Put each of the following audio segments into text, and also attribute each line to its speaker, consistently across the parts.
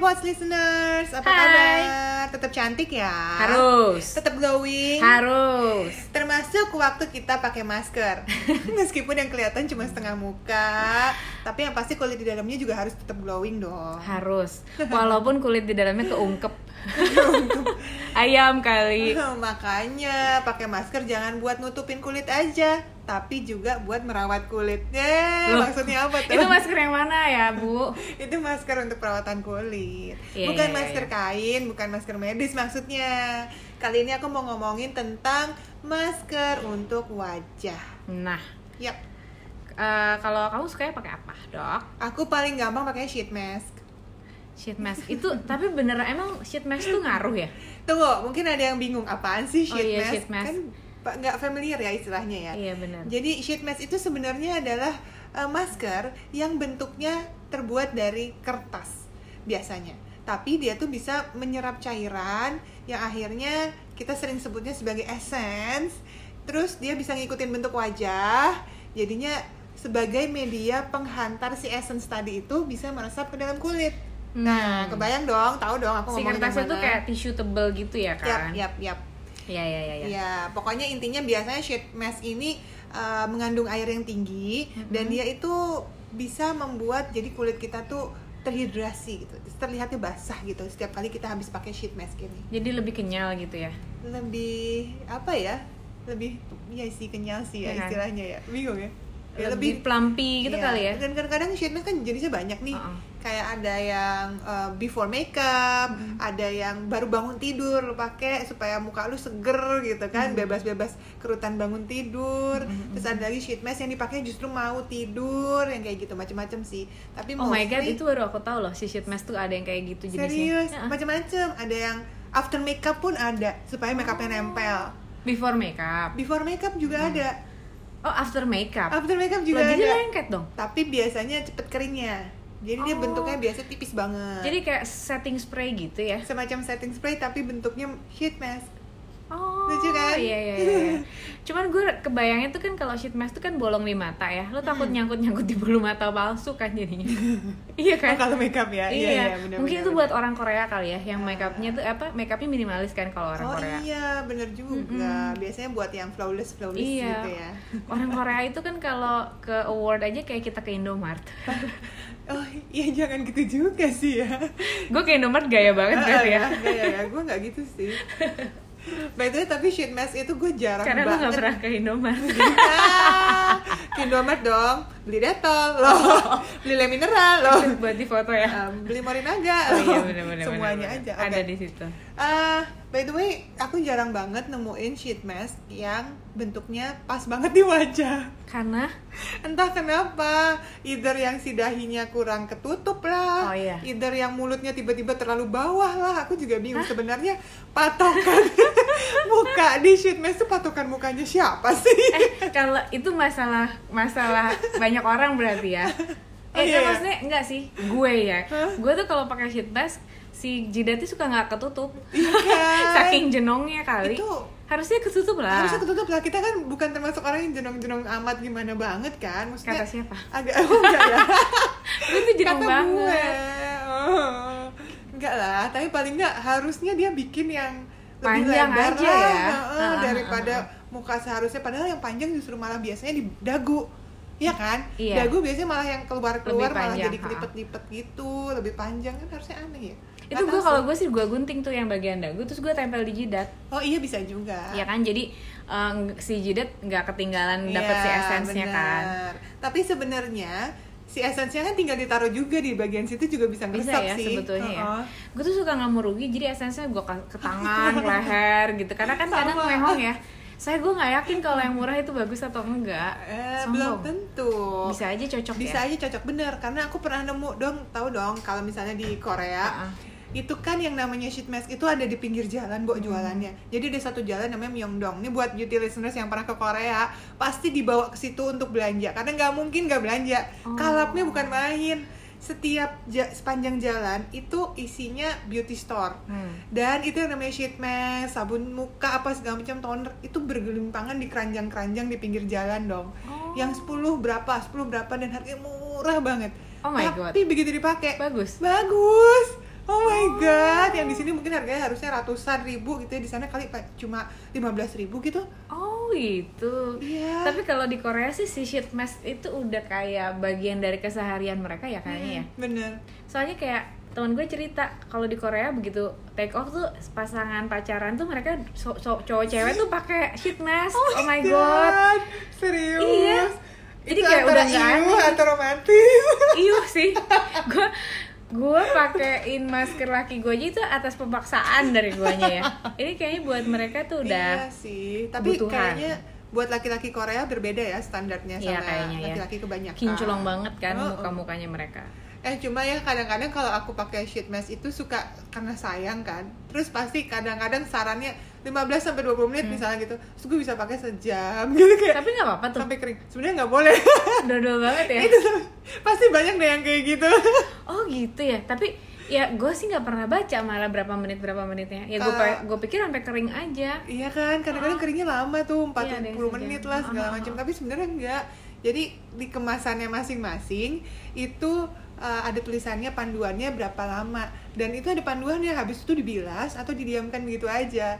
Speaker 1: Bots listeners, apa
Speaker 2: Hai.
Speaker 1: kabar? Tetap cantik ya?
Speaker 2: Harus.
Speaker 1: Tetap glowing.
Speaker 2: Harus.
Speaker 1: Termasuk waktu kita pakai masker. Meskipun yang kelihatan cuma setengah muka, tapi yang pasti kulit di dalamnya juga harus tetap glowing dong.
Speaker 2: Harus. Walaupun kulit di dalamnya keungkep. Ayam kali.
Speaker 1: Makanya pakai masker jangan buat nutupin kulit aja, tapi juga buat merawat kulit. Eh,
Speaker 2: Loh,
Speaker 1: maksudnya apa tuh?
Speaker 2: Itu masker yang mana ya, Bu?
Speaker 1: itu masker untuk perawatan kulit
Speaker 2: Iya,
Speaker 1: bukan
Speaker 2: iya,
Speaker 1: masker
Speaker 2: iya.
Speaker 1: kain bukan masker medis maksudnya kali ini aku mau ngomongin tentang masker untuk wajah
Speaker 2: Nah,
Speaker 1: yap
Speaker 2: eh, kalau kamu sukanya pakai apa, Dok?
Speaker 1: aku paling gampang pakai sheet mask
Speaker 2: Sheet mask. Itu tapi bener emang sheet mask tuh ngaruh ya?
Speaker 1: tunggu mungkin ada yang bingung apaan sih
Speaker 2: Oh,
Speaker 1: sheet,
Speaker 2: iya,
Speaker 1: mask?
Speaker 2: sheet mask.
Speaker 1: kan pa- nggak familiar ya istilahnya ya
Speaker 2: Iya, bener.
Speaker 1: jadi sheet mask itu sebenarnya adalah eh, masker yang bentuknya terbuat dari kertas biasanya tapi dia tuh bisa menyerap cairan yang akhirnya kita sering sebutnya sebagai essence terus dia bisa ngikutin bentuk wajah jadinya sebagai media penghantar si essence tadi itu bisa meresap ke dalam kulit nah
Speaker 2: Hmm.
Speaker 1: kebayang dong tahu dong aku
Speaker 2: Si
Speaker 1: ngomongin yang
Speaker 2: kertasnya tuh
Speaker 1: mana.
Speaker 2: kayak tisu tebel gitu ya
Speaker 1: yap
Speaker 2: kan?
Speaker 1: yap yap
Speaker 2: Iya, iya, iya. iya.
Speaker 1: Ya, pokoknya intinya biasanya sheet mask ini uh, mengandung air yang tinggi dan dia itu bisa membuat jadi kulit kita tuh terhidrasi gitu. Terlihatnya basah gitu setiap kali kita habis pakai sheet mask ini.
Speaker 2: Jadi lebih kenyal gitu ya.
Speaker 1: Lebih apa ya? Lebih ya sih kenyal sih ya
Speaker 2: Iya kan?
Speaker 1: istilahnya ya. Bingung ya? Ya,
Speaker 2: lebih, plumpy gitu
Speaker 1: Iya,
Speaker 2: kali ya.
Speaker 1: Dan kadang-kadang sheet mask kan jenisnya banyak nih.
Speaker 2: Uh-uh.
Speaker 1: Kayak ada yang uh, before makeup,
Speaker 2: Hmm.
Speaker 1: ada yang baru bangun tidur lu pakai supaya muka lu seger gitu
Speaker 2: Hmm.
Speaker 1: kan, bebas-bebas kerutan bangun tidur. Terus ada lagi sheet mask yang dipakai justru mau tidur yang kayak gitu macam-macam sih. Tapi
Speaker 2: Oh my god,
Speaker 1: mostly-
Speaker 2: itu baru aku tahu loh si sheet mask tuh ada yang kayak gitu jenisnya.
Speaker 1: serius
Speaker 2: Ya.
Speaker 1: macam-macam. Ada yang after makeup pun ada supaya makeupnya nempel.
Speaker 2: Before makeup.
Speaker 1: Before makeup juga ada,
Speaker 2: Oh, after makeup.
Speaker 1: after makeup juga
Speaker 2: Hmm. Lagi
Speaker 1: ada.
Speaker 2: lengket dong.
Speaker 1: Tapi biasanya cepet keringnya. Jadi dia
Speaker 2: Oh.
Speaker 1: bentuknya biasa tipis banget.
Speaker 2: Jadi kayak setting spray gitu ya.
Speaker 1: semacam setting spray tapi bentuknya sheet mask.
Speaker 2: Oh,
Speaker 1: Lucu kan?
Speaker 2: Iya, iya, iya. iya. Cuman gue kebayangnya tuh kan kalau sheet mask tuh kan bolong di mata ya. Lo takut
Speaker 1: Hmm.
Speaker 2: nyangkut-nyangkut di bulu mata palsu kan jadinya. iya
Speaker 1: Oh,
Speaker 2: kan?
Speaker 1: kalau makeup ya.
Speaker 2: iya,
Speaker 1: bener, bener,
Speaker 2: mungkin itu
Speaker 1: bener.
Speaker 2: buat orang Korea kali ya, yang makeupnya tuh apa? Makeupnya minimalis kan kalau orang
Speaker 1: Oh
Speaker 2: Korea.
Speaker 1: iya, bener juga. Biasanya buat yang flawless flawless
Speaker 2: Iya.
Speaker 1: gitu ya.
Speaker 2: Orang Korea itu kan kalau ke award aja kayak kita ke Indomart.
Speaker 1: Oh iya jangan gitu juga sih ya.
Speaker 2: gue ke Indomart gaya banget kan ya.
Speaker 1: Enggak ya, ya. gue nggak gitu sih. By the way, tapi sheet mask itu gue jarang
Speaker 2: Karena lu
Speaker 1: banget.
Speaker 2: gak pernah ke Indomart.
Speaker 1: Ah, ke Indomaret dong, beli detol loh,
Speaker 2: Oh.
Speaker 1: beli le mineral loh,
Speaker 2: Terus buat di foto ya.
Speaker 1: Ah, beli morinaga loh,
Speaker 2: Oh iya benar-benar
Speaker 1: semuanya aja. Oke.
Speaker 2: Ada di situ.
Speaker 1: Ah, by the way, aku jarang banget nemuin sheet mask yang bentuknya pas banget di wajah.
Speaker 2: Karena
Speaker 1: Entah kenapa, either yang si dahinya kurang ketutup lah,
Speaker 2: Oh, iya.
Speaker 1: either yang mulutnya tiba-tiba terlalu bawah lah. Aku juga bingung sebenarnya patokan muka di sheet mask itu patokan mukanya siapa sih?
Speaker 2: eh kalau itu masalah masalah banyak orang berarti ya.
Speaker 1: Oh,
Speaker 2: Eh
Speaker 1: iya,
Speaker 2: kan
Speaker 1: iya.
Speaker 2: maksudnya enggak sih, gue ya. Gue tuh kalau pakai sheet mask si jidatnya suka nggak ketutup.
Speaker 1: Iya kan?
Speaker 2: Saking jenongnya kali.
Speaker 1: Itu-
Speaker 2: harusnya ketutup lah.
Speaker 1: Harusnya ketutup lah, kita kan bukan termasuk orang yang jenong-jenong amat gimana banget kan Maksudnya
Speaker 2: Kata siapa?
Speaker 1: agak, oh, enggak ya
Speaker 2: Gue tuh jenong
Speaker 1: kata gue
Speaker 2: banget.
Speaker 1: Oh. enggak lah tapi paling enggak harusnya dia bikin yang lebih
Speaker 2: Panjang
Speaker 1: lebar
Speaker 2: aja
Speaker 1: lah.
Speaker 2: ya.
Speaker 1: Heeh,
Speaker 2: Ah, ah,
Speaker 1: daripada muka seharusnya padahal yang panjang justru malah biasanya di dagu Iya kan?
Speaker 2: Iya.
Speaker 1: Dagu biasanya malah yang keluar-keluar
Speaker 2: Lebih
Speaker 1: malah
Speaker 2: panjang,
Speaker 1: jadi
Speaker 2: ha.
Speaker 1: kelipet-lipet gitu, lebih panjang kan harusnya aneh ya. Nggak
Speaker 2: Itu gue
Speaker 1: tahu
Speaker 2: kalau
Speaker 1: sih.
Speaker 2: gue sih gue gunting tuh yang bagian dagu terus gue tempel di jidat.
Speaker 1: Oh iya bisa juga.
Speaker 2: Ya kan jadi eh, si jidat nggak ketinggalan dapet si
Speaker 1: Iya,
Speaker 2: esensinya kan.
Speaker 1: benar. Tapi sebenarnya si esensinya kan tinggal ditaruh juga di bagian situ juga bisa
Speaker 2: bisa
Speaker 1: ngeresap
Speaker 2: ya
Speaker 1: sih.
Speaker 2: sebetulnya ya
Speaker 1: Heeh.
Speaker 2: gue tuh suka nggak mau rugi jadi esensinya gue ke ke tangan leher gitu karena kan kadang
Speaker 1: Sama.
Speaker 2: mehong ya saya gue nggak yakin kalau yang murah itu bagus atau enggak
Speaker 1: Eh,
Speaker 2: Sombong.
Speaker 1: belum tentu.
Speaker 2: bisa aja cocok
Speaker 1: Bisa
Speaker 2: ya
Speaker 1: aja cocok bener karena aku pernah nemu dong, tahu dong kalau misalnya di Korea
Speaker 2: Heeh.
Speaker 1: itu kan yang namanya sheet mask itu ada di pinggir jalan
Speaker 2: Hmm.
Speaker 1: buat jualannya. Jadi ada satu jalan namanya Myeongdong. Ini buat beauty listeners yang pernah ke Korea pasti dibawa ke situ untuk belanja karena nggak mungkin nggak belanja.
Speaker 2: Oh.
Speaker 1: Kalapnya bukan main. Setiap ja- sepanjang jalan itu isinya beauty store.
Speaker 2: Hmm.
Speaker 1: Dan itu yang namanya sheet mask, sabun muka apa segala macam toner itu bergelimpangan di keranjang-keranjang di pinggir jalan dong.
Speaker 2: Oh.
Speaker 1: Yang 10 berapa, 10 berapa dan harganya murah banget.
Speaker 2: Oh my
Speaker 1: Tapi begitu dipakai
Speaker 2: bagus
Speaker 1: bagus. Oh my god, yang di sini mungkin harganya harusnya ratusan ribu gitu ya, di sana kali pa- cuma 15 ribu gitu.
Speaker 2: Oh gitu.
Speaker 1: Iya.
Speaker 2: Tapi kalau di Korea sih si sheet mask itu udah kayak bagian dari keseharian mereka ya kayaknya ya.
Speaker 1: Hmm, Bener.
Speaker 2: Soalnya kayak teman gue cerita kalau di Korea begitu take off tuh pasangan pacaran tuh mereka so- so- cowok cewek tuh pakai sheet mask. Oh, my god.
Speaker 1: Serius.
Speaker 2: Iya. Jadi
Speaker 1: Itu
Speaker 2: kayak
Speaker 1: antara
Speaker 2: udah nggak
Speaker 1: iu
Speaker 2: aneh.
Speaker 1: atau romantis.
Speaker 2: Iya sih. Gue gue pakein masker laki gue aja itu atas pemaksaan dari guanya ya. Ini kayaknya buat mereka
Speaker 1: Iya
Speaker 2: tuh udah
Speaker 1: sih, tapi
Speaker 2: kebutuhan.
Speaker 1: kayaknya buat laki-laki Korea berbeda ya standarnya sama
Speaker 2: Iya, kayaknya ya.
Speaker 1: laki-laki kebanyakan.
Speaker 2: kinclong banget kan
Speaker 1: Oh, oh.
Speaker 2: muka-mukanya mereka.
Speaker 1: Eh cuma ya kadang-kadang kalau aku pakai sheet mask itu suka karena sayang kan. Terus pasti kadang-kadang sarannya 15 sampai 20 menit misalnya gitu. Terus gue bisa pakai sejam gitu kayak
Speaker 2: Tapi nggak apa-apa tuh.
Speaker 1: sampai kering. Sebenarnya nggak boleh.
Speaker 2: Dodol banget ya.
Speaker 1: itu pasti banyak deh yang kayak gitu.
Speaker 2: Oh gitu ya. Tapi ya gue sih nggak pernah baca malah berapa menit berapa menitnya. Ya gue
Speaker 1: Kalau-
Speaker 2: gue pikir sampai kering aja.
Speaker 1: Iya kan, kadang-kadang keringnya lama tuh, 40
Speaker 2: Ah. Iya, ada yang
Speaker 1: menit
Speaker 2: sejam.
Speaker 1: lah
Speaker 2: Oh,
Speaker 1: segala macam.
Speaker 2: oh,
Speaker 1: Tapi sebenarnya enggak. Jadi di kemasannya masing-masing itu uh, ada tulisannya panduannya berapa lama dan itu ada panduannya habis itu dibilas atau didiamkan begitu aja.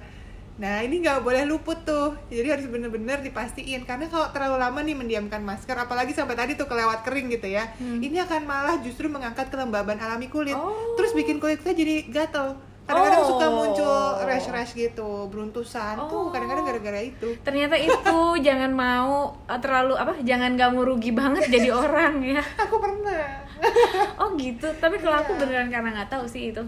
Speaker 1: Nah ini nggak boleh luput tuh, jadi harus bener-bener dipastiin karena kalau terlalu lama nih mendiamkan masker, apalagi sampai tadi tuh kelewat kering gitu ya, ini akan malah justru mengangkat kelembaban alami kulit,
Speaker 2: Hmm. Oh.
Speaker 1: terus bikin kulit kita jadi gatel. Kadang-kadang suka
Speaker 2: Oh.
Speaker 1: muncul rash rash gitu beruntusan tuh
Speaker 2: Oh.
Speaker 1: kadang-kadang gara-gara itu
Speaker 2: Ternyata itu jangan mau eh, terlalu apa? Jangan gak mau rugi banget jadi orang ya.
Speaker 1: aku pernah
Speaker 2: Oh gitu. Tapi kalau
Speaker 1: Iya.
Speaker 2: aku beneran karena nggak tahu sih itu.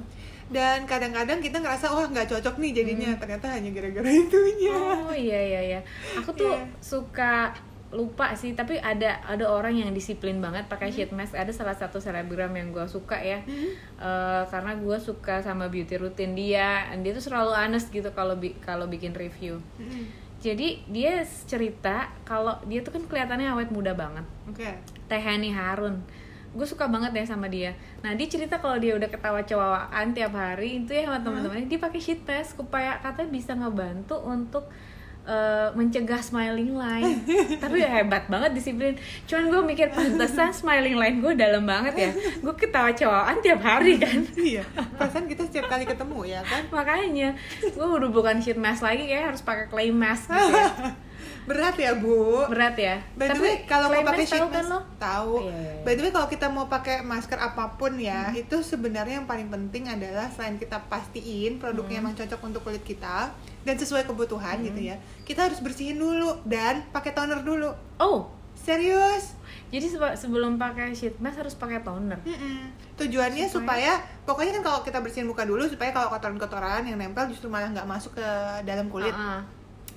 Speaker 1: dan kadang-kadang kita ngerasa wah nggak cocok nih
Speaker 2: Hmm.
Speaker 1: jadinya ternyata hanya gara-gara itunya
Speaker 2: Oh iya iya iya. Aku tuh
Speaker 1: Iya.
Speaker 2: suka lupa sih tapi ada ada orang yang disiplin banget pakai sheet mask ada salah satu selebgram yang gue suka ya Eh, karena gue suka sama beauty routine dia dia tuh selalu honest gitu kalau bi- kalau bikin review
Speaker 1: Mm-mm.
Speaker 2: Hmm. jadi dia cerita kalau dia tuh kan kelihatannya awet muda banget
Speaker 1: oke
Speaker 2: Tehani Harun gue suka banget ya sama dia nah dia cerita kalau dia udah ketawa cowaan tiap hari itu ya sama teman-temannya dia pakai sheet mask supaya katanya bisa ngebantu untuk eh, mencegah smiling line tapi ya hebat banget disiplin cuman gue mikir pantesan smiling line gue dalam banget ya gue ketawa cowaan tiap hari kan
Speaker 1: iya perasaan kita setiap kali ketemu ya kan
Speaker 2: makanya gue udah bukan sheet mask lagi kayak harus pakai clay mask gitu ya.
Speaker 1: berat ya bu
Speaker 2: berat ya
Speaker 1: By the way, kalau
Speaker 2: clay
Speaker 1: mau pakai
Speaker 2: tahu
Speaker 1: sheet
Speaker 2: kan
Speaker 1: mask,
Speaker 2: lo?
Speaker 1: tahu.
Speaker 2: Iya, Hmm. iya, iya.
Speaker 1: By the way, kalau kita mau pakai masker apapun ya, itu sebenarnya yang paling penting adalah selain kita pastiin produknya
Speaker 2: Hmm.
Speaker 1: emang cocok untuk kulit kita dan sesuai kebutuhan gitu ya, kita harus bersihin dulu dan pakai toner dulu.
Speaker 2: oh
Speaker 1: Serius?
Speaker 2: Jadi seba- sebelum pakai sheet mask harus pakai toner.
Speaker 1: Mm-mm. Tujuannya supaya, pokoknya kan kalau kita bersihin muka dulu supaya kalau kotoran-kotoran yang nempel justru malah nggak masuk ke dalam kulit.
Speaker 2: Ah, ah.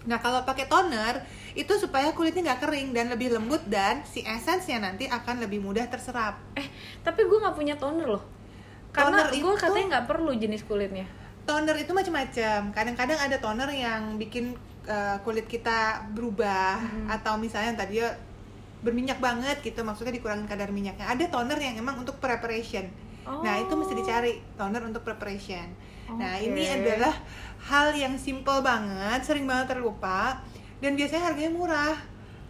Speaker 1: Nah kalau pakai toner itu supaya kulitnya nggak kering dan lebih lembut dan si esensnya nanti akan lebih mudah terserap.
Speaker 2: Eh, tapi gue nggak punya toner loh. Karena
Speaker 1: Toner
Speaker 2: gue
Speaker 1: itu-
Speaker 2: katanya nggak perlu jenis kulitnya.
Speaker 1: Toner itu macam-macam. Kadang-kadang ada toner yang bikin uh, kulit kita berubah atau misalnya yang tadinya berminyak banget gitu, maksudnya dikurangin kadar minyaknya. Ada toner yang emang untuk preparation. Nah, itu mesti dicari toner untuk preparation. Nah,
Speaker 2: Oh, Oke.
Speaker 1: ini adalah hal yang simple banget, sering banget terlupa dan biasanya harganya murah,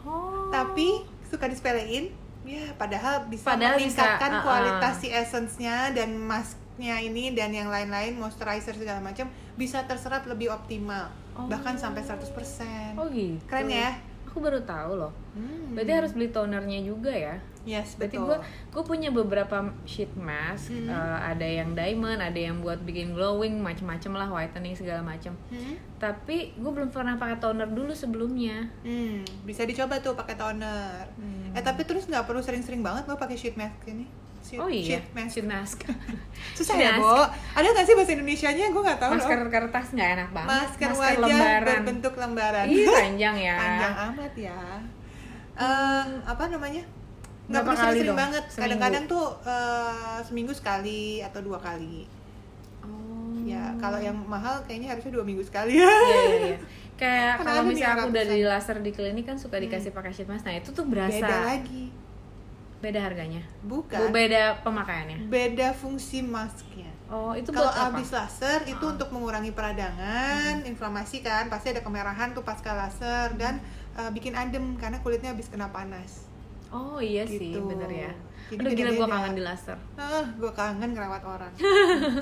Speaker 2: Oh.
Speaker 1: tapi suka disepelein. Ya, padahal bisa
Speaker 2: Padahal bisa,
Speaker 1: meningkatkan
Speaker 2: uh-uh.
Speaker 1: kualitas si essence-nya dan masknya ini dan yang lain-lain moisturizer segala macam bisa terserap lebih optimal,
Speaker 2: Oh.
Speaker 1: bahkan sampai 100%.
Speaker 2: Oh gitu.
Speaker 1: Keren ya?
Speaker 2: Aku baru tahu loh.
Speaker 1: Hmm.
Speaker 2: Berarti harus beli tonernya juga ya.
Speaker 1: Yes,
Speaker 2: Berarti
Speaker 1: betul.
Speaker 2: gue gue punya beberapa sheet mask.
Speaker 1: Hmm.
Speaker 2: eh, ada yang diamond, ada yang buat bikin glowing, macem-macem lah, whitening segala macem.
Speaker 1: Hmm?
Speaker 2: Tapi gue belum pernah pakai toner dulu sebelumnya.
Speaker 1: Hmm, bisa dicoba tuh pakai toner.
Speaker 2: Hmm.
Speaker 1: Eh tapi terus nggak perlu sering-sering banget lo pakai sheet mask ini. Sheet,
Speaker 2: oh iya,
Speaker 1: Sheet mask.
Speaker 2: sheet mask.
Speaker 1: Susah
Speaker 2: Sheet
Speaker 1: ya,
Speaker 2: mask.
Speaker 1: Bo? Ada nggak sih bahasa Indonesianya? Gue nggak tahu loh.
Speaker 2: Iya, masker kertas nggak enak banget
Speaker 1: Masker, wajah berbentuk lembaran.
Speaker 2: Ih, panjang ya
Speaker 1: Panjang amat ya. Eh, apa namanya? Nggak
Speaker 2: Berapa
Speaker 1: perlu
Speaker 2: kali
Speaker 1: sering-sering
Speaker 2: dong?
Speaker 1: banget.
Speaker 2: Seminggu.
Speaker 1: Kadang-kadang tuh eh, seminggu sekali atau dua kali.
Speaker 2: oh.
Speaker 1: Ya, kalau yang mahal kayaknya harusnya dua minggu sekali ya.
Speaker 2: Iya, iya, iya. kayak
Speaker 1: Karena
Speaker 2: kalau
Speaker 1: Kan ada nih
Speaker 2: misalnya aku udah
Speaker 1: ratusan. Hmm.
Speaker 2: di laser di klinik kan suka dikasih pakai sheet mask nah itu tuh berasa
Speaker 1: Beda
Speaker 2: beda,
Speaker 1: lagi.
Speaker 2: harganya Bu,
Speaker 1: Bukan.
Speaker 2: beda pemakaiannya
Speaker 1: Beda fungsi masknya.
Speaker 2: oh itu
Speaker 1: Kalau
Speaker 2: buat apa Hmm.
Speaker 1: habis laser itu untuk mengurangi peradangan, inflamasi kan,
Speaker 2: Hmm.
Speaker 1: pasti ada kemerahan tuh pasca laser dan eh, bikin adem karena kulitnya habis kena panas.
Speaker 2: Oh iya sih,
Speaker 1: Gitu.
Speaker 2: bener ya.
Speaker 1: Jadi
Speaker 2: Aduh gila gue
Speaker 1: beda-beda.
Speaker 2: kangen di laser.
Speaker 1: ah gue kangen ngerawat orang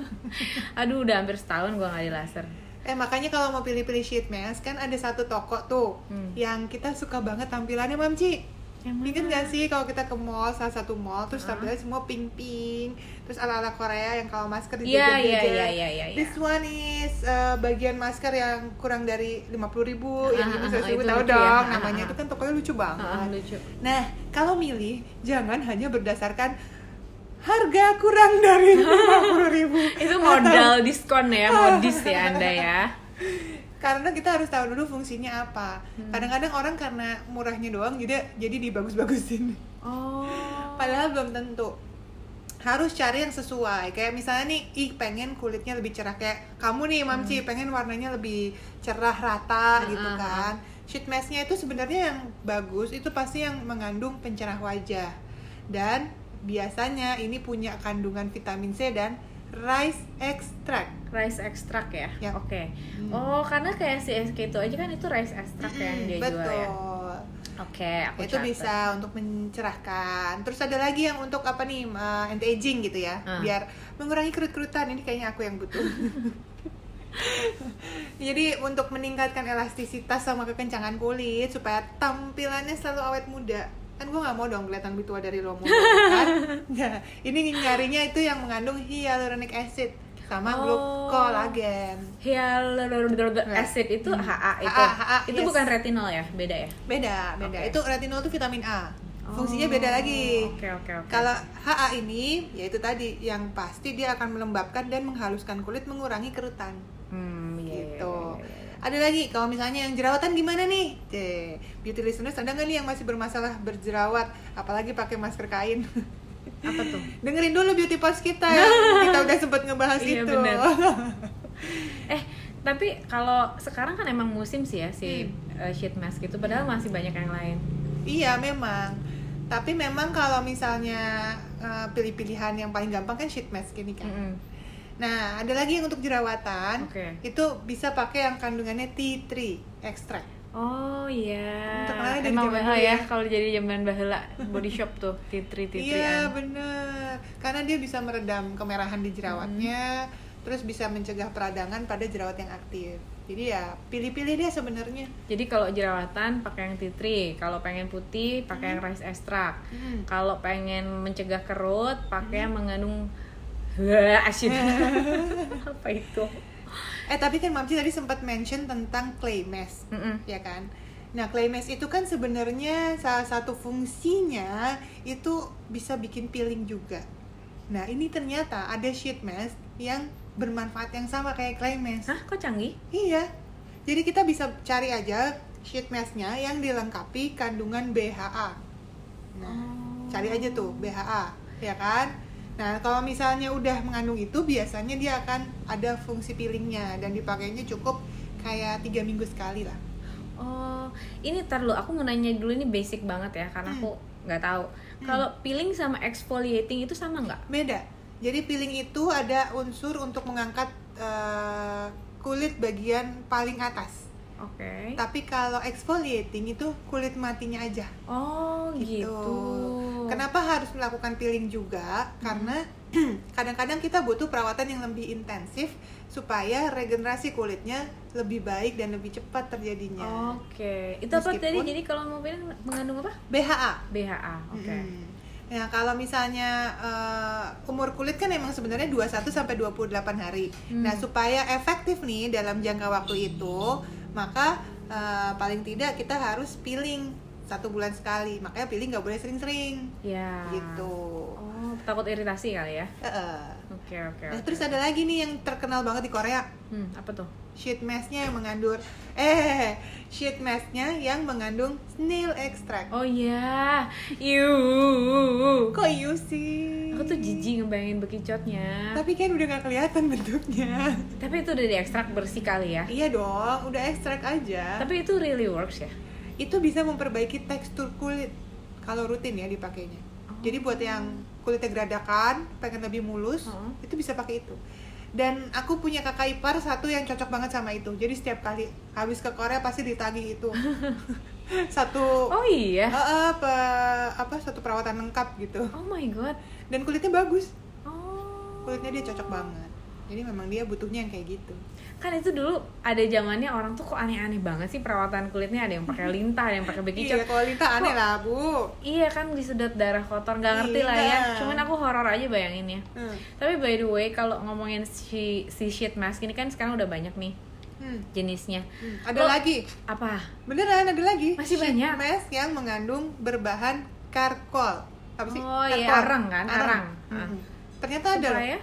Speaker 2: Aduh udah hampir setahun gue nggak di laser.
Speaker 1: eh makanya kalau mau pilih-pilih sheet mask kan ada satu toko tuh
Speaker 2: Hmm.
Speaker 1: yang kita suka banget tampilannya mamci
Speaker 2: Yang mana?
Speaker 1: Ingat gak sih kalau kita ke mall, salah satu mall, terus
Speaker 2: Ah.
Speaker 1: tampilannya semua pink-pink Terus ala-ala Korea yang kalau masker di
Speaker 2: Iya iya iya iya iya. iya.
Speaker 1: This one is uh, bagian masker yang kurang dari 50.000 ribu, yang
Speaker 2: Ah,
Speaker 1: ini
Speaker 2: ah,
Speaker 1: seratus
Speaker 2: ah,
Speaker 1: ribu,
Speaker 2: itu
Speaker 1: tahu
Speaker 2: lucu ya.
Speaker 1: dong
Speaker 2: Ah,
Speaker 1: namanya
Speaker 2: ah,
Speaker 1: itu kan tokonya lucu banget
Speaker 2: Ah, ah, lucu.
Speaker 1: Nah, kalau milih, jangan hanya berdasarkan harga kurang dari 50.000 ribu Nah,
Speaker 2: Itu modal diskon ya, modis ya anda ya.
Speaker 1: karena kita harus tahu dulu fungsinya apa.
Speaker 2: Hmm.
Speaker 1: Kadang-kadang orang karena murahnya doang jadi jadi dibagus-bagusin.
Speaker 2: Oh.
Speaker 1: Padahal belum tentu. Harus cari yang sesuai. Kayak misalnya nih, ih pengen kulitnya lebih cerah kayak kamu nih Mamci pengen warnanya lebih cerah rata
Speaker 2: Hmm. Ah,
Speaker 1: gitu
Speaker 2: ah,
Speaker 1: kan. Sheet masknya itu sebenarnya yang bagus itu pasti yang mengandung pencerah wajah. Dan biasanya ini punya kandungan vitamin C dan rice extract.
Speaker 2: rice extract ya.
Speaker 1: Ya.
Speaker 2: Oke.
Speaker 1: Hmm.
Speaker 2: Oh, karena kayak si SK itu aja kan itu rice extract ya yang dia
Speaker 1: Betul.
Speaker 2: jual ya. Oke, aku
Speaker 1: itu
Speaker 2: catat.
Speaker 1: bisa untuk mencerahkan terus ada lagi yang untuk apa nih uh, anti aging gitu ya
Speaker 2: Ah.
Speaker 1: biar mengurangi kerut kerutan ini kayaknya aku yang butuh jadi untuk meningkatkan elastisitas sama kekencangan kulit supaya tampilannya selalu awet muda kan gue nggak mau dong kelihatan lebih tua dari lo mulu, kan nah ini nyarinya itu yang mengandung hyaluronic acid sama
Speaker 2: Oh.
Speaker 1: glukolagen
Speaker 2: Hyaluronic acid itu
Speaker 1: Hmm.
Speaker 2: HA itu.
Speaker 1: HA, HA,
Speaker 2: itu
Speaker 1: yes.
Speaker 2: bukan retinol ya, beda ya.
Speaker 1: beda beda
Speaker 2: Oke.
Speaker 1: itu retinol itu vitamin A fungsinya beda
Speaker 2: Oh,
Speaker 1: lagi
Speaker 2: Oke, oke, oke.
Speaker 1: Kalau HA ini, yaitu tadi yang pasti dia akan melembabkan dan menghaluskan kulit, mengurangi kerutan.
Speaker 2: Hmm, iya, iya,
Speaker 1: Gitu.
Speaker 2: iya, iya, iya.
Speaker 1: Ada lagi, kalau misalnya yang jerawatan gimana nih? Ceh, beauty listeners ada nggak nih yang masih bermasalah berjerawat, apalagi pakai masker kain?
Speaker 2: iya. Apa tuh?
Speaker 1: Dengerin dulu beauty post kita, yang kita udah sempat ngebahas itu.
Speaker 2: Iya, bener. Eh, tapi kalau sekarang kan emang musim sih ya si
Speaker 1: Hmm.
Speaker 2: eh, sheet mask itu padahal masih banyak yang lain.
Speaker 1: iya memang. Tapi memang kalau misalnya eh, pilih-pilihan yang paling gampang kan sheet mask ini kan.
Speaker 2: Mm-mm.
Speaker 1: Nah, ada lagi yang untuk jerawatan.
Speaker 2: Oke.
Speaker 1: Itu bisa pakai yang kandungannya tea tree extract.
Speaker 2: Oh iya.
Speaker 1: Terkenalnya dari
Speaker 2: Emang
Speaker 1: zaman
Speaker 2: mahal
Speaker 1: dulu
Speaker 2: ya
Speaker 1: ya.
Speaker 2: kalau jadi zaman bahela body shop tuh titri
Speaker 1: Iya,
Speaker 2: titrian.
Speaker 1: bener. Karena dia bisa meredam kemerahan di jerawatnya, terus bisa mencegah peradangan pada jerawat yang aktif. Jadi ya, pilih-pilih deh sebenarnya.
Speaker 2: Jadi kalau jerawatan pakai yang titri, kalau pengen putih pakai yang
Speaker 1: Hmm.
Speaker 2: rice extract. Kalau pengen mencegah kerut
Speaker 1: Hmm.
Speaker 2: pakai yang mengandung Wah, asin. Apa itu?
Speaker 1: Eh, tapi kan Mamci tadi sempat mention tentang clay mask,
Speaker 2: Mm-mm.
Speaker 1: ya kan? Nah, clay mask itu kan sebenarnya salah satu fungsinya itu bisa bikin peeling juga. Nah, ini ternyata ada sheet mask yang bermanfaat yang sama kayak clay mask.
Speaker 2: Hah, kok canggih?
Speaker 1: Iya. Jadi kita bisa cari aja sheet masknya yang dilengkapi kandungan BHA. Nah,
Speaker 2: Oh.
Speaker 1: cari aja tuh BHA, ya kan? Nah, kalau misalnya udah mengandung itu, biasanya dia akan ada fungsi peelingnya dan dipakainya cukup kayak tiga minggu sekali lah.
Speaker 2: Oh, ini tar lu, aku mau nanya dulu ini basic banget ya karena
Speaker 1: Hmm.
Speaker 2: aku nggak tahu. Kalau peeling sama exfoliating itu sama nggak?
Speaker 1: Beda. Jadi peeling itu ada unsur untuk mengangkat eh, kulit bagian paling atas.
Speaker 2: Oke.
Speaker 1: Tapi kalau exfoliating itu kulit matinya aja.
Speaker 2: Oh, gitu.
Speaker 1: Kenapa harus melakukan peeling juga? Karena kadang-kadang kita butuh perawatan yang lebih intensif supaya regenerasi kulitnya lebih baik dan lebih cepat
Speaker 2: Oh.
Speaker 1: terjadinya.
Speaker 2: Oke, itu apa tadi?
Speaker 1: Meskipun-
Speaker 2: Jadi kalau mau pilih mengandung apa?
Speaker 1: BHA.
Speaker 2: BHA. Oke.
Speaker 1: Mm-mm. Nah, kalau misalnya eh, umur kulit kan emang sebenarnya 21 sampai 28 hari.
Speaker 2: Hmm.
Speaker 1: Nah, supaya efektif nih dalam jangka waktu itu, maka eh, paling tidak kita harus peeling satu bulan sekali. Makanya peeling nggak boleh sering-sering
Speaker 2: Ya.
Speaker 1: gitu.
Speaker 2: Oh, takut iritasi kali ya?
Speaker 1: Eh,
Speaker 2: Oke, oke.
Speaker 1: Nah,
Speaker 2: oke.
Speaker 1: terus ada lagi nih yang terkenal banget di Korea
Speaker 2: Hmm, apa tuh?
Speaker 1: sheet masknya yang mengandung eh sheet masknya yang mengandung snail extract.
Speaker 2: Oh iya. Iu.
Speaker 1: Kok iya sih?
Speaker 2: Aku tuh jijik ngebayangin bekicotnya.
Speaker 1: Tapi kan udah gak kelihatan bentuknya.
Speaker 2: Tapi itu udah diekstrak bersih kali ya.
Speaker 1: iya dong, udah ekstrak aja.
Speaker 2: Tapi itu really works ya.
Speaker 1: Itu bisa memperbaiki tekstur kulit kalau rutin ya dipakainya.
Speaker 2: Oh.
Speaker 1: Jadi buat yang kulitnya geradakan, pengen lebih mulus,
Speaker 2: Oh.
Speaker 1: itu bisa pakai itu. dan aku punya kakak ipar satu yang cocok banget sama itu jadi setiap kali habis ke Korea pasti ditagih itu satu
Speaker 2: Oh iya.
Speaker 1: Eh, eh, pe- apa satu perawatan lengkap gitu
Speaker 2: Oh my god.
Speaker 1: dan kulitnya bagus
Speaker 2: Oh.
Speaker 1: kulitnya dia cocok banget jadi memang dia butuhnya yang kayak gitu
Speaker 2: Kan itu dulu ada zamannya orang tuh kok aneh-aneh banget sih perawatan kulitnya ada yang pakai lintah, ada yang pakai bekicot.
Speaker 1: iya kalau Lita aneh lah bu
Speaker 2: Iya kan disedot darah kotor nggak ngerti lah ya.
Speaker 1: Iya.
Speaker 2: Cuman aku horor aja bayanginnya.
Speaker 1: hmm.
Speaker 2: Tapi by the way kalau ngomongin si si sheet mask ini kan sekarang udah banyak nih
Speaker 1: Hmm.
Speaker 2: jenisnya.
Speaker 1: Hmm. ada
Speaker 2: Lo-
Speaker 1: lagi
Speaker 2: Apa?
Speaker 1: beneran ada lagi
Speaker 2: Masih
Speaker 1: Sheet
Speaker 2: banyak?
Speaker 1: mask yang mengandung berbahan karkol apa sih
Speaker 2: Oh, iya,
Speaker 1: Karkol.
Speaker 2: arang kan? Arang.
Speaker 1: Hmm.
Speaker 2: Ah.
Speaker 1: ternyata ada loh.
Speaker 2: Supaya?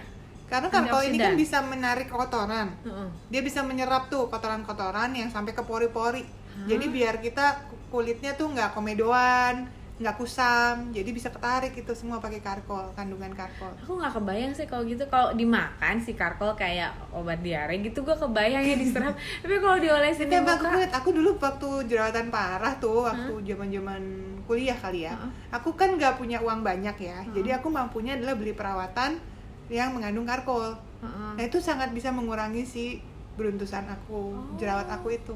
Speaker 1: karena karkol ini kan
Speaker 2: Antioksidan.
Speaker 1: bisa menarik kotoran
Speaker 2: Heeh.
Speaker 1: dia bisa menyerap tuh kotoran-kotoran yang sampai ke pori-pori jadi biar kita ku- kulitnya tuh nggak komedoan nggak kusam jadi bisa ketarik itu semua pakai karkol kandungan karkol
Speaker 2: Aku nggak kebayang sih kalau gitu kalau dimakan si karkol kayak obat diare gitu gua kebayang ya diserap. Tapi kalau diolesin di
Speaker 1: Tembak
Speaker 2: muka,
Speaker 1: kulit, aku dulu waktu jerawatan parah tuh, waktu zaman-zaman kuliah kali ya. Aku kan nggak punya uang banyak ya, jadi aku mampunya adalah beli perawatan yang mengandung karkol.
Speaker 2: Heeh.
Speaker 1: Nah itu sangat bisa mengurangi si beruntusan aku,
Speaker 2: Oh.
Speaker 1: jerawat aku itu.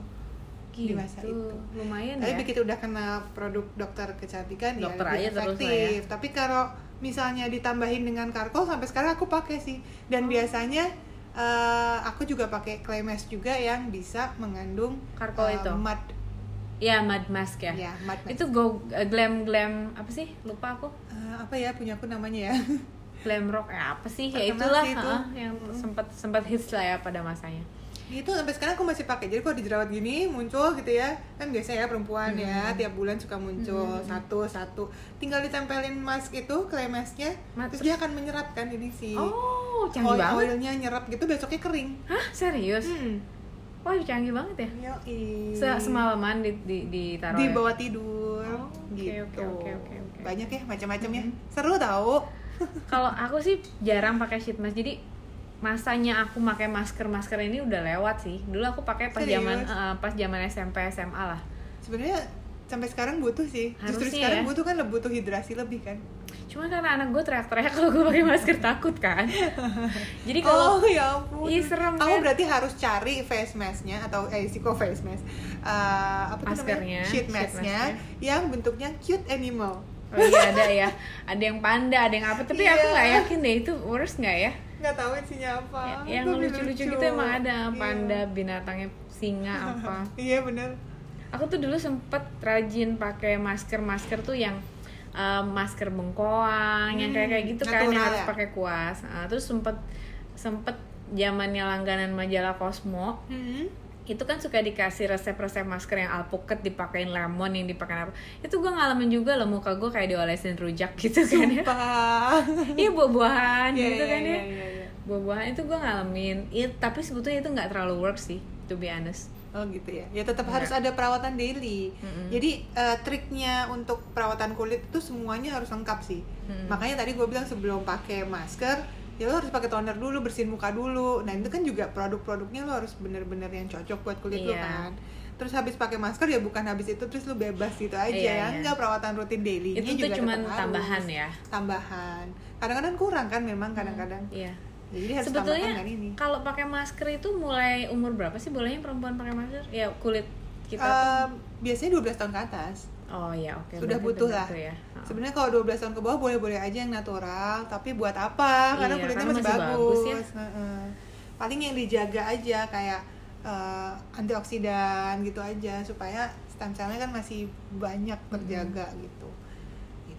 Speaker 2: gitu.
Speaker 1: di masa itu. Eh,
Speaker 2: Lumayan
Speaker 1: Tapi
Speaker 2: ya.
Speaker 1: begitu udah kena produk dokter kecantikan ya
Speaker 2: Dokter
Speaker 1: lebih
Speaker 2: aja terus lah
Speaker 1: efektif.
Speaker 2: ya.
Speaker 1: Tapi kalau misalnya ditambahin dengan karkol sampai sekarang aku pakai sih.
Speaker 2: Oh.
Speaker 1: Dan biasanya eh, aku juga pakai clay mask juga yang bisa mengandung
Speaker 2: Karkol
Speaker 1: eh,
Speaker 2: itu?
Speaker 1: Mud,
Speaker 2: Ya mud mask ya.
Speaker 1: ya mud mask.
Speaker 2: Itu go glam glam apa sih? Lupa aku.
Speaker 1: Eh, apa ya punya aku namanya ya?
Speaker 2: glam rock eh, apa sih ya
Speaker 1: Terkenal
Speaker 2: itulah
Speaker 1: sih itu.
Speaker 2: heeh, yang sempat sempat hits lah ya pada masanya
Speaker 1: itu sampai sekarang aku masih pakai. Jadi kalau di jerawat gini muncul gitu ya. Kan biasa ya perempuan ya
Speaker 2: Hmm.
Speaker 1: tiap bulan suka muncul satu satu. Tinggal ditempelin mask itu clay masknya,
Speaker 2: Ma-
Speaker 1: terus dia akan menyerap kan ini si
Speaker 2: oh
Speaker 1: oil
Speaker 2: canggih banget
Speaker 1: oilnya nyerap gitu besoknya kering
Speaker 2: hah serius
Speaker 1: iya, hmm. Iya.
Speaker 2: wah canggih banget ya Se- semalaman di di ditaruh
Speaker 1: di
Speaker 2: ya?
Speaker 1: bawah tidur
Speaker 2: Oh, oke,
Speaker 1: gitu
Speaker 2: oke, oke, oke, oke. Hmm.
Speaker 1: banyak ya macam-macam ya seru tau
Speaker 2: kalau aku sih jarang pakai sheet mask jadi masanya aku pakai masker masker ini udah lewat sih dulu aku pakai pas
Speaker 1: Serius?
Speaker 2: zaman eh, pas zaman SMP SMA lah
Speaker 1: sebenarnya sampai sekarang butuh sih justru
Speaker 2: Harusnya
Speaker 1: sekarang
Speaker 2: ya.
Speaker 1: butuh kan butuh hidrasi lebih kan
Speaker 2: cuman karena anak gue teriak-teriak kalau gue pakai masker takut kan jadi kalau
Speaker 1: oh ya ampun
Speaker 2: Ih, serem
Speaker 1: kamu
Speaker 2: kan?
Speaker 1: berarti harus cari face masknya atau eh sih, kok face mask Eh, apa tuh
Speaker 2: Maskernya,
Speaker 1: namanya
Speaker 2: sheet
Speaker 1: sheet masknya yang bentuknya cute animal
Speaker 2: oh iya ada ya ada yang panda ada yang apa tapi aku
Speaker 1: Iya.
Speaker 2: nggak yakin deh itu worse nggak ya
Speaker 1: nggak tahu isinya apa
Speaker 2: Ya, yang
Speaker 1: Tapi
Speaker 2: lucu-lucu gitu emang ada
Speaker 1: Iya.
Speaker 2: panda binatangnya singa apa
Speaker 1: iya bener
Speaker 2: aku tuh dulu sempet rajin pakai masker masker tuh yang eh, masker bengkoang yang kayak kayak gitu kan yang
Speaker 1: natural
Speaker 2: harus
Speaker 1: ya?
Speaker 2: pakai kuas Ah, terus sempet sempet zamannya langganan majalah Cosmo
Speaker 1: Hmm.
Speaker 2: itu kan suka dikasih resep-resep masker yang alpukat dipakein lemon yang dipakein apa itu gue ngalamin juga loh muka gue kayak diolesin rujak gitu kan ya
Speaker 1: Sumpah.
Speaker 2: iya buah-buahan
Speaker 1: Iya,
Speaker 2: gitu
Speaker 1: iya,
Speaker 2: kan ya
Speaker 1: iya, iya, iya.
Speaker 2: buah-buahan itu gue ngalamin Iya, tapi sebetulnya itu nggak terlalu work sih to be honest
Speaker 1: Oh gitu ya. Ya tetap
Speaker 2: Iya.
Speaker 1: harus ada perawatan daily. Jadi eh, triknya untuk perawatan kulit itu semuanya harus lengkap sih. Makanya tadi gue bilang sebelum pakai masker, ya lo harus pakai toner dulu, bersihin muka dulu. Nah itu kan juga produk-produknya lo harus bener-bener yang cocok buat kulit lo
Speaker 2: Iya.
Speaker 1: kan. Terus habis pakai masker ya bukan habis itu terus lo bebas gitu aja.
Speaker 2: Iya, iya.
Speaker 1: Enggak perawatan rutin daily.
Speaker 2: itu tuh cuman tambahan ya
Speaker 1: Tambahan. Kadang-kadang kurang kan memang kadang-kadang.
Speaker 2: iya
Speaker 1: Jadi harus
Speaker 2: sebetulnya
Speaker 1: tambahkan kan ini.
Speaker 2: kalau pakai masker itu mulai umur berapa sih bolehnya perempuan pakai masker ya kulit kita tuh
Speaker 1: Eh, biasanya 12 tahun ke atas.
Speaker 2: oh ya oke
Speaker 1: sudah
Speaker 2: berarti
Speaker 1: butuh
Speaker 2: benar
Speaker 1: lah.
Speaker 2: tuh ya. Ah.
Speaker 1: Sebenarnya kalau 12 tahun ke bawah boleh-boleh aja yang natural, tapi buat apa? Karena
Speaker 2: Iya,
Speaker 1: kulitnya
Speaker 2: karena
Speaker 1: masih,
Speaker 2: masih
Speaker 1: bagus.
Speaker 2: bagus ya.
Speaker 1: Heeh. Paling yang dijaga aja kayak eh, antioksidan gitu aja supaya stem cellnya kan masih banyak
Speaker 2: Hmm.
Speaker 1: terjaga gitu.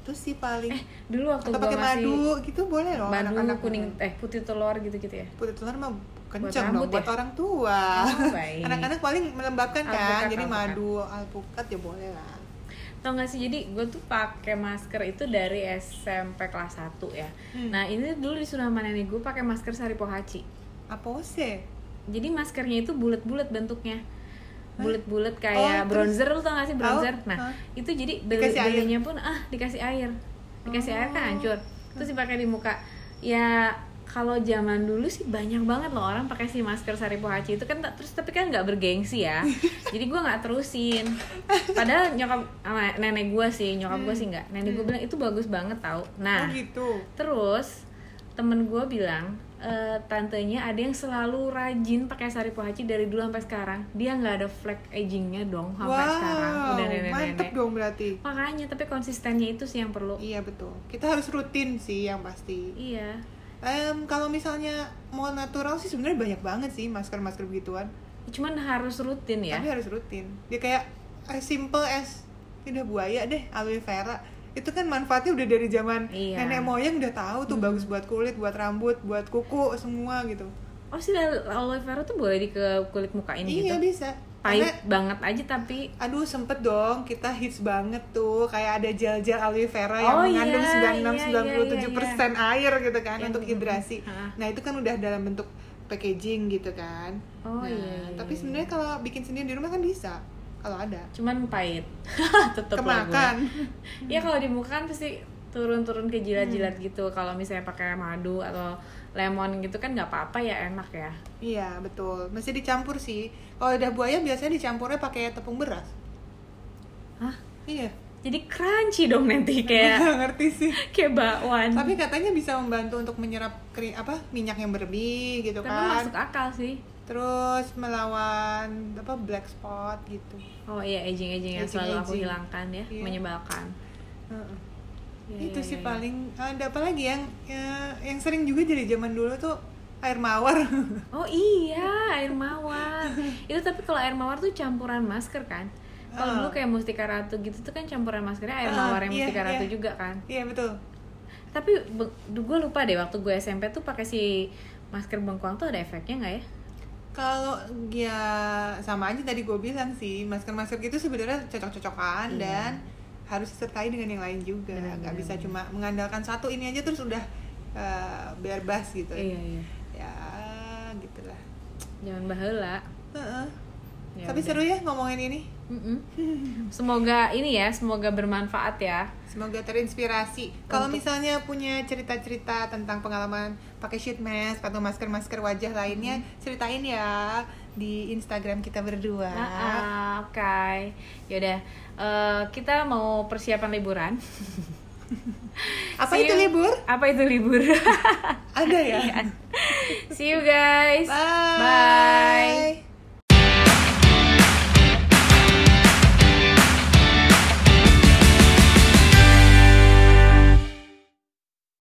Speaker 1: Itu sih paling.
Speaker 2: dulu
Speaker 1: Atau
Speaker 2: waktu Eh, gua
Speaker 1: pakai
Speaker 2: masih
Speaker 1: madu gitu boleh loh
Speaker 2: madu
Speaker 1: anak-anak.
Speaker 2: kuning eh putih telur gitu gitu ya
Speaker 1: Putih telur mah kenceng
Speaker 2: rambut
Speaker 1: dong buat
Speaker 2: ya?
Speaker 1: orang tua.
Speaker 2: Oh, baik.
Speaker 1: Ah. Anak-anak paling melembabkan kan,
Speaker 2: Alpukat,
Speaker 1: jadi
Speaker 2: alpukat.
Speaker 1: madu, alpukat ya boleh lah.
Speaker 2: tau gak sih jadi gue tuh pakai masker itu dari SMP kelas 1 ya
Speaker 1: Hmm.
Speaker 2: nah ini dulu di Sudirman nenek gue pakai masker sari pohaci
Speaker 1: Apose?
Speaker 2: jadi maskernya itu bulat-bulat bentuknya bulat-bulat kayak
Speaker 1: Oh, terus-
Speaker 2: bronzer lu tau gak sih bronzer
Speaker 1: Oh,
Speaker 2: nah
Speaker 1: hah.
Speaker 2: itu jadi
Speaker 1: Dikasih air. Oh.
Speaker 2: belinya pun ah dikasih air dikasih air kan hancur terus dipakai di muka ya kalau zaman dulu sih banyak banget loh orang pakai si masker sari pohaci itu kan tak- terus tapi kan nggak bergengsi ya jadi gua nggak terusin padahal nyokap sama nenek gua sih nyokap
Speaker 1: Hmm.
Speaker 2: gua sih Nah, nggak nenek gua bilang itu bagus banget tau nah
Speaker 1: Oh gitu.
Speaker 2: Terus temen gue bilang e, eh, tantenya ada yang selalu rajin pakai sari pohaci dari dulu sampai sekarang dia nggak ada flag agingnya dong sampai sekarang
Speaker 1: wow,
Speaker 2: udah nenek
Speaker 1: mantep
Speaker 2: nenek
Speaker 1: dong berarti.
Speaker 2: makanya tapi konsistennya itu sih yang perlu
Speaker 1: Iya betul. Kita harus rutin sih yang pasti.
Speaker 2: iya
Speaker 1: Em, kalau misalnya mau natural sih sebenarnya banyak banget sih masker-masker begituan.
Speaker 2: cuman harus rutin ya
Speaker 1: Tapi harus rutin. Dia kayak as simple as tidak buaya deh aloe vera. Itu kan manfaatnya udah dari zaman
Speaker 2: Iya. Hmm.
Speaker 1: nenek moyang udah tahu tuh bagus buat kulit, buat rambut, buat kuku semua gitu.
Speaker 2: oh sih aloe vera tuh boleh di ke kulit mukain
Speaker 1: Iya
Speaker 2: gitu
Speaker 1: bisa. Karena
Speaker 2: pahit banget aja tapi
Speaker 1: aduh sempet dong kita hits banget tuh kayak ada gel-gel aloe vera yang
Speaker 2: Oh,
Speaker 1: mengandung
Speaker 2: iya,
Speaker 1: 96 97% air gitu kan
Speaker 2: Yang-
Speaker 1: untuk hidrasi.
Speaker 2: Ah.
Speaker 1: Nah, itu kan udah dalam bentuk packaging gitu kan.
Speaker 2: Oh,
Speaker 1: Nah,
Speaker 2: iya, iya,
Speaker 1: tapi
Speaker 2: iya.
Speaker 1: sebenarnya kalau bikin sendiri di rumah kan bisa kalau ada.
Speaker 2: cuman pahit tetep lah gue.
Speaker 1: Kemakan.
Speaker 2: ya kalau di muka kan pasti turun-turun ke
Speaker 1: Hmm.
Speaker 2: jilat-jilat gitu kalau misalnya pakai madu atau lemon gitu kan nggak apa-apa ya enak ya
Speaker 1: Iya, betul. Mesti dicampur sih. Kalau udah buaya biasanya dicampurnya pakai tepung beras.
Speaker 2: Hah?
Speaker 1: Iya.
Speaker 2: jadi crunchy dong nanti kayak
Speaker 1: Nggak ngerti sih.
Speaker 2: kayak bakwan
Speaker 1: Tapi katanya bisa membantu untuk menyerap keri, apa minyak yang berlebih gitu
Speaker 2: tapi
Speaker 1: kan.
Speaker 2: masuk akal sih
Speaker 1: terus melawan apa black spot gitu
Speaker 2: oh iya aging-aging yang selalu aku
Speaker 1: Aging-aging.
Speaker 2: hilangkan ya
Speaker 1: Iya.
Speaker 2: menyebalkan
Speaker 1: Heeh.
Speaker 2: Iya,
Speaker 1: itu
Speaker 2: iya,
Speaker 1: sih
Speaker 2: iya.
Speaker 1: paling ada apa lagi yang ya, yang sering juga dari zaman dulu tuh air mawar
Speaker 2: oh iya air mawar itu tapi kalau air mawar tuh campuran masker kan kalau dulu
Speaker 1: Ah.
Speaker 2: kayak mustika ratu gitu tuh kan campuran maskernya air
Speaker 1: Ah,
Speaker 2: mawar yang
Speaker 1: iya,
Speaker 2: mustika
Speaker 1: iya.
Speaker 2: ratu juga kan
Speaker 1: iya betul
Speaker 2: tapi gue lupa deh waktu gue SMP tuh pakai si masker bengkoang tuh ada efeknya nggak ya?
Speaker 1: kalau ya sama aja tadi gue bilang sih masker-masker gitu sebenarnya cocok-cocokan
Speaker 2: Iya.
Speaker 1: dan harus disertai dengan yang lain juga
Speaker 2: Benar,
Speaker 1: nggak
Speaker 2: benar,
Speaker 1: bisa
Speaker 2: benar.
Speaker 1: cuma mengandalkan satu ini aja terus udah eh, berbas gitu
Speaker 2: Iya iya.
Speaker 1: ya gitulah
Speaker 2: Jangan baheula.
Speaker 1: Heeh.
Speaker 2: Ya
Speaker 1: tapi
Speaker 2: udah.
Speaker 1: seru ya ngomongin ini
Speaker 2: Mm-mm. Semoga ini ya, semoga bermanfaat ya.
Speaker 1: Semoga terinspirasi. Kalau
Speaker 2: Untuk-
Speaker 1: misalnya punya cerita-cerita tentang pengalaman pakai sheet mask atau masker-masker wajah lainnya,
Speaker 2: Hmm.
Speaker 1: ceritain ya di Instagram kita berdua.
Speaker 2: Ah, ah, Oke. Yaudah, Ya eh, kita mau persiapan liburan.
Speaker 1: Apa itu
Speaker 2: See you. Iya.
Speaker 1: libur?
Speaker 2: Apa itu libur?
Speaker 1: Ada ya.
Speaker 2: See you guys.
Speaker 1: Bye.
Speaker 2: Bye.